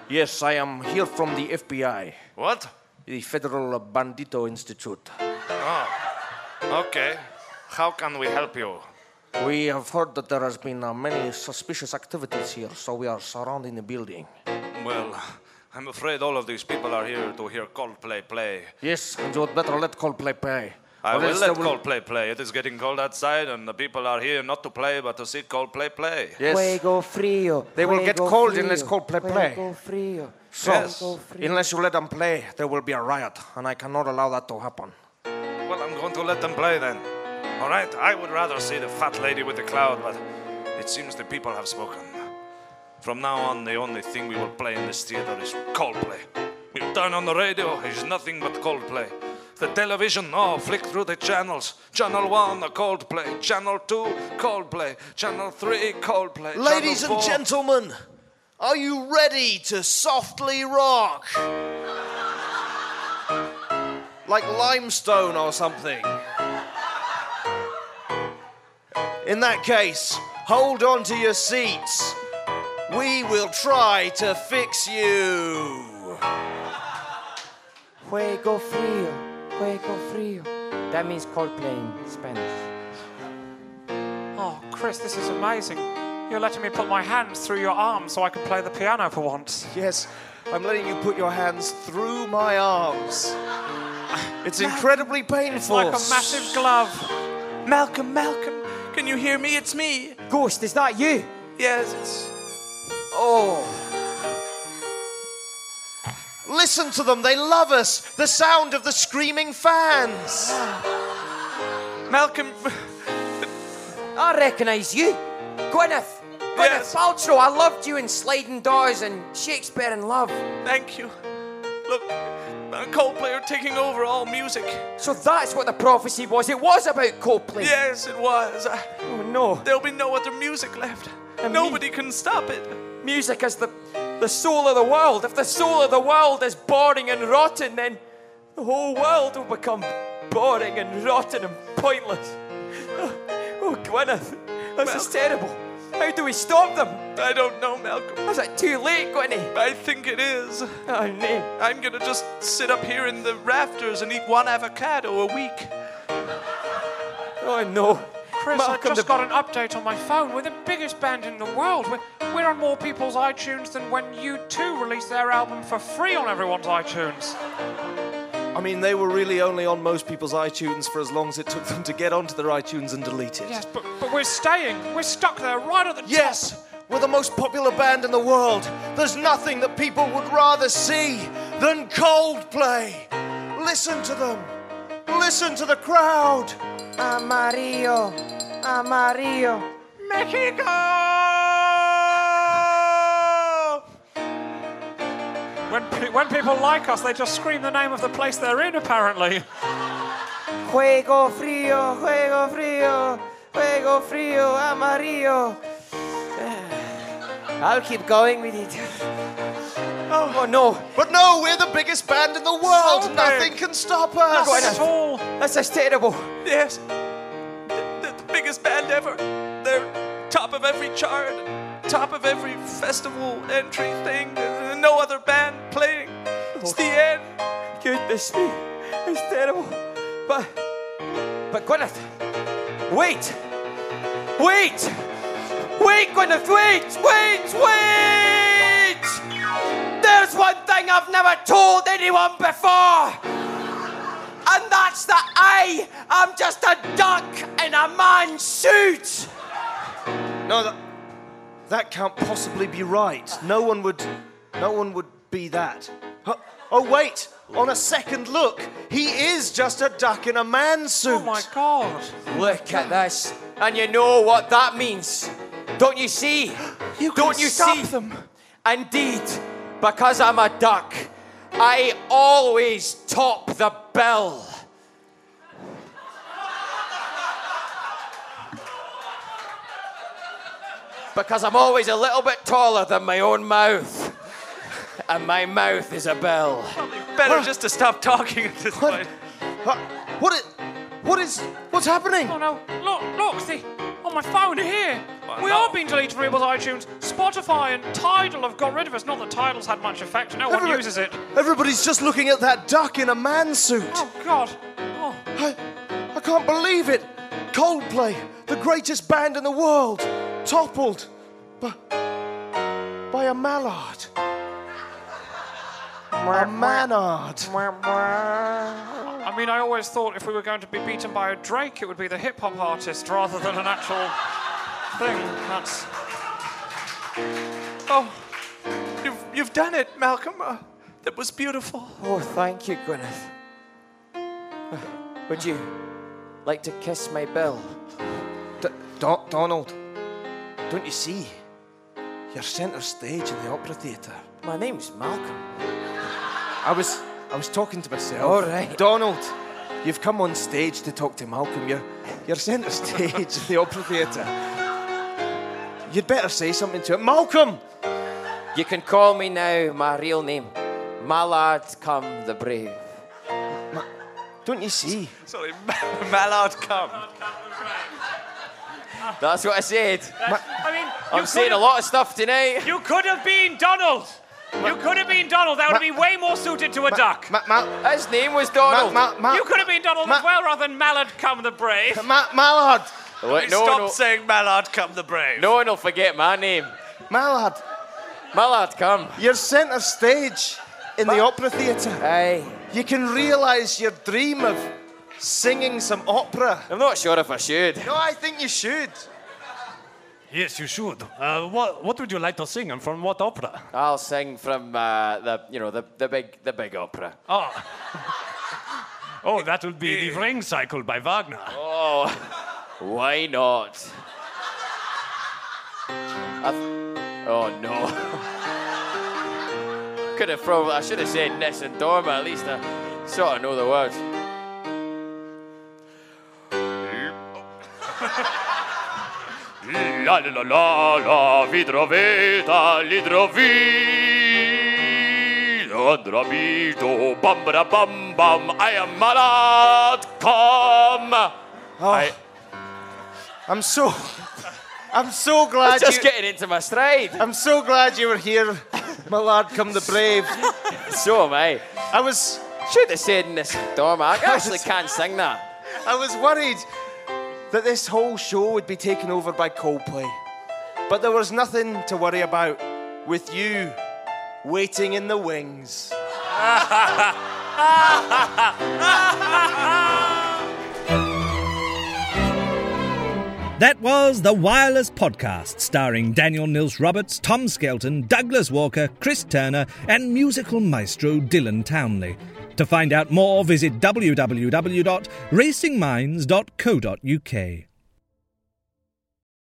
yes, I am here from the FBI,
What?
the Federal Bandito Institute.
Okay. How can we help you?
We have heard that there has been uh, many suspicious activities here, so we are surrounding the building.
Well, I'm afraid all of these people are here to hear Coldplay play.
Yes, and you had better let Coldplay play.
I
Or
will
else
let
they will-
Coldplay play. It is getting cold outside, and the people are here not to play but to see Coldplay play.
Fuego frío.
They will get
fuego
cold
frío,
unless Coldplay play.
Fuego frío.
So,
Yes. Go free.
unless you let them play, there will be a riot, and I cannot allow that to happen.
Well, I'm going to let them play then. All right, I would rather see the fat lady with the cloud, but it seems the people have spoken. From now on, the only thing we will play in this theater is Coldplay. You turn on the radio, it's nothing but Coldplay. The television, oh, flick through the channels. Channel 1, the Coldplay. Channel 2, Coldplay. Channel 3, Coldplay.
Ladies
Channel
and
four-
gentlemen, are you ready to softly rock? Like limestone or something. In that case, hold on to your seats. We will try to fix you.
Fuego frío. Fuego frío. That means Coldplay in Spanish.
Oh, Chris, this is amazing. You're letting me put my hands through your arms so I can play the piano for once.
Yes, I'm letting you put your hands through my arms. It's incredibly painful.
It's like a massive
glove.
Malcolm, Malcolm, can you hear me? It's me.
Ghost, is that you?
Yes, it's.
Oh. Listen to them, they love us. The sound of the screaming fans.
Malcolm.
I recognise you. Gwyneth. Gwyneth Paltrow, I loved you in Sliding Doors and Shakespeare in Love.
Thank you. Look, Coldplay are taking over all music.
So that's what the prophecy was. It was about Coldplay.
Yes, it was. I,
Oh no.
there'll be no other music left. Nobody can stop it.
Music is the, the soul of the world. If the soul of the world is boring and rotten, then the whole world will become boring and rotten and pointless. Oh, Gwyneth, this is terrible. How do we stop them?
I don't know, Malcolm.
Is it too late, Gwynny?
I think it is.
Oh, no.
I'm gonna just sit up here in the rafters and eat one avocado a week.
Oh, no.
Chris,
Malcolm,
I
the-
just got an update on my phone. We're the biggest band in the world. We're, we're on more people's iTunes than when U2 released their album for free on everyone's iTunes.
I mean, they were really only on most people's iTunes for as long as it took them to get onto their iTunes and delete it.
Yes, but, but we're staying. We're stuck there right at the
Yes, we're the most popular band in the world. There's nothing that people would rather see than Coldplay. Listen to them. Listen to the crowd.
Amarillo. Amarillo.
When, pe- when people like us, they just scream the name of the place they're in, apparently.
Fuego frío. Fuego frío. Fuego frío. Amarillo. I'll keep going with it.
Oh, no. But no, we're the biggest band in the world. Nothing can stop us.
Oh, Not at
all.
This is terrible.
Yes. The biggest band ever. They're top of every chart, top of every festival entry thing. There's No other band playing. It's the end.
Goodness me, it's terrible. But, but Gwyneth, wait, wait, wait, Gwyneth, wait, wait, wait. There's one thing I've never told anyone before, and that's that I am just a duck in a man's suit.
No, that, that can't possibly be right. No one would, no one would be that. Huh, Oh wait! On a second look, he is just a duck in a man suit. Oh my
god!
Look at this, and you know what that means. Don't you see? Don't you see? them. Indeed, because I'm a duck, I always top the bill. Because I'm always a little bit taller than my own mouth. And my mouth is a bill.
Better just to stop talking at this point.
What? Is, what is? What's happening?
Oh no! Look! Look! See on my phone here. we
no.
are being deleted from people's iTunes. Spotify and Tidal have got rid of us. Not that Tidal's had much effect. No one
Everybody-
uses it.
Everybody's just looking at that duck in a man suit.
God. Oh.
I, I can't
can't believe it! Coldplay, the greatest band in the world, toppled by, by a mallard. A manard.
I mean, I always thought if we were going to be beaten by a Drake, it would be the hip hop artist rather than an actual thing. That's.
Oh, you've, you've done it, Malcolm. Uh, that was beautiful.
Oh, thank you, Gwyneth.
Would you like to kiss my bill?
D- Don- Donald, don't you see? You're centre stage in the opera theatre.
My name's Malcolm.
I was I was talking to myself.
All right.
Donald, you've come on stage to talk to Malcolm. You're you're centre stage in the opera theatre. You'd better say something to him. Malcolm!
You can call me now my real name, Mallard Come the Brave.
Don't you see?
Sorry, Mallard Come.
That's what I said.
I mean,
I'm saying a lot of stuff tonight.
You could have been Donald. You could have been Donald. That would be way more suited to a duck.
His name was Donald.
you could have been Donald as well, rather than Mallard come the brave.
Mallard.
Wait, no,
Stop
no.
saying Mallard Come the Brave.
No one will forget my name.
Mallard.
Mallard, come.
You're centre stage in the opera theatre.
Aye.
You can realise your dream of singing some opera.
I'm not sure if I should.
No, I think you should.
Yes, you should. Uh, what, what would you like to sing and from what opera?
I'll sing from uh, the you know the, the big the big opera.
Oh. oh, that would be The Ring Cycle by Wagner.
Oh, why not? I th- oh no. Could have probably I should have said Ness and Dorma. At least I sort of know the words.
La la la la la, vi troveta, li trovino, andrabito, bam bada, bam bam, I am malad, come. I,
I'm so. I'm so glad.
I'm
you,
just getting into my stride.
I'm so glad you were here, my lad. Come the brave.
so am I.
I was.
Should have said Ness and Dorma. I actually can't sing that.
I was worried that this whole show would be taken over by Coldplay, but there was nothing to worry about with you waiting in the wings.
That was the Wireless Podcast, starring Daniel Nils Roberts, Tom Skelton, Douglas Walker, Chris Turner, and musical maestro Dylan Townley. To find out more, visit www.racingminds.co.uk.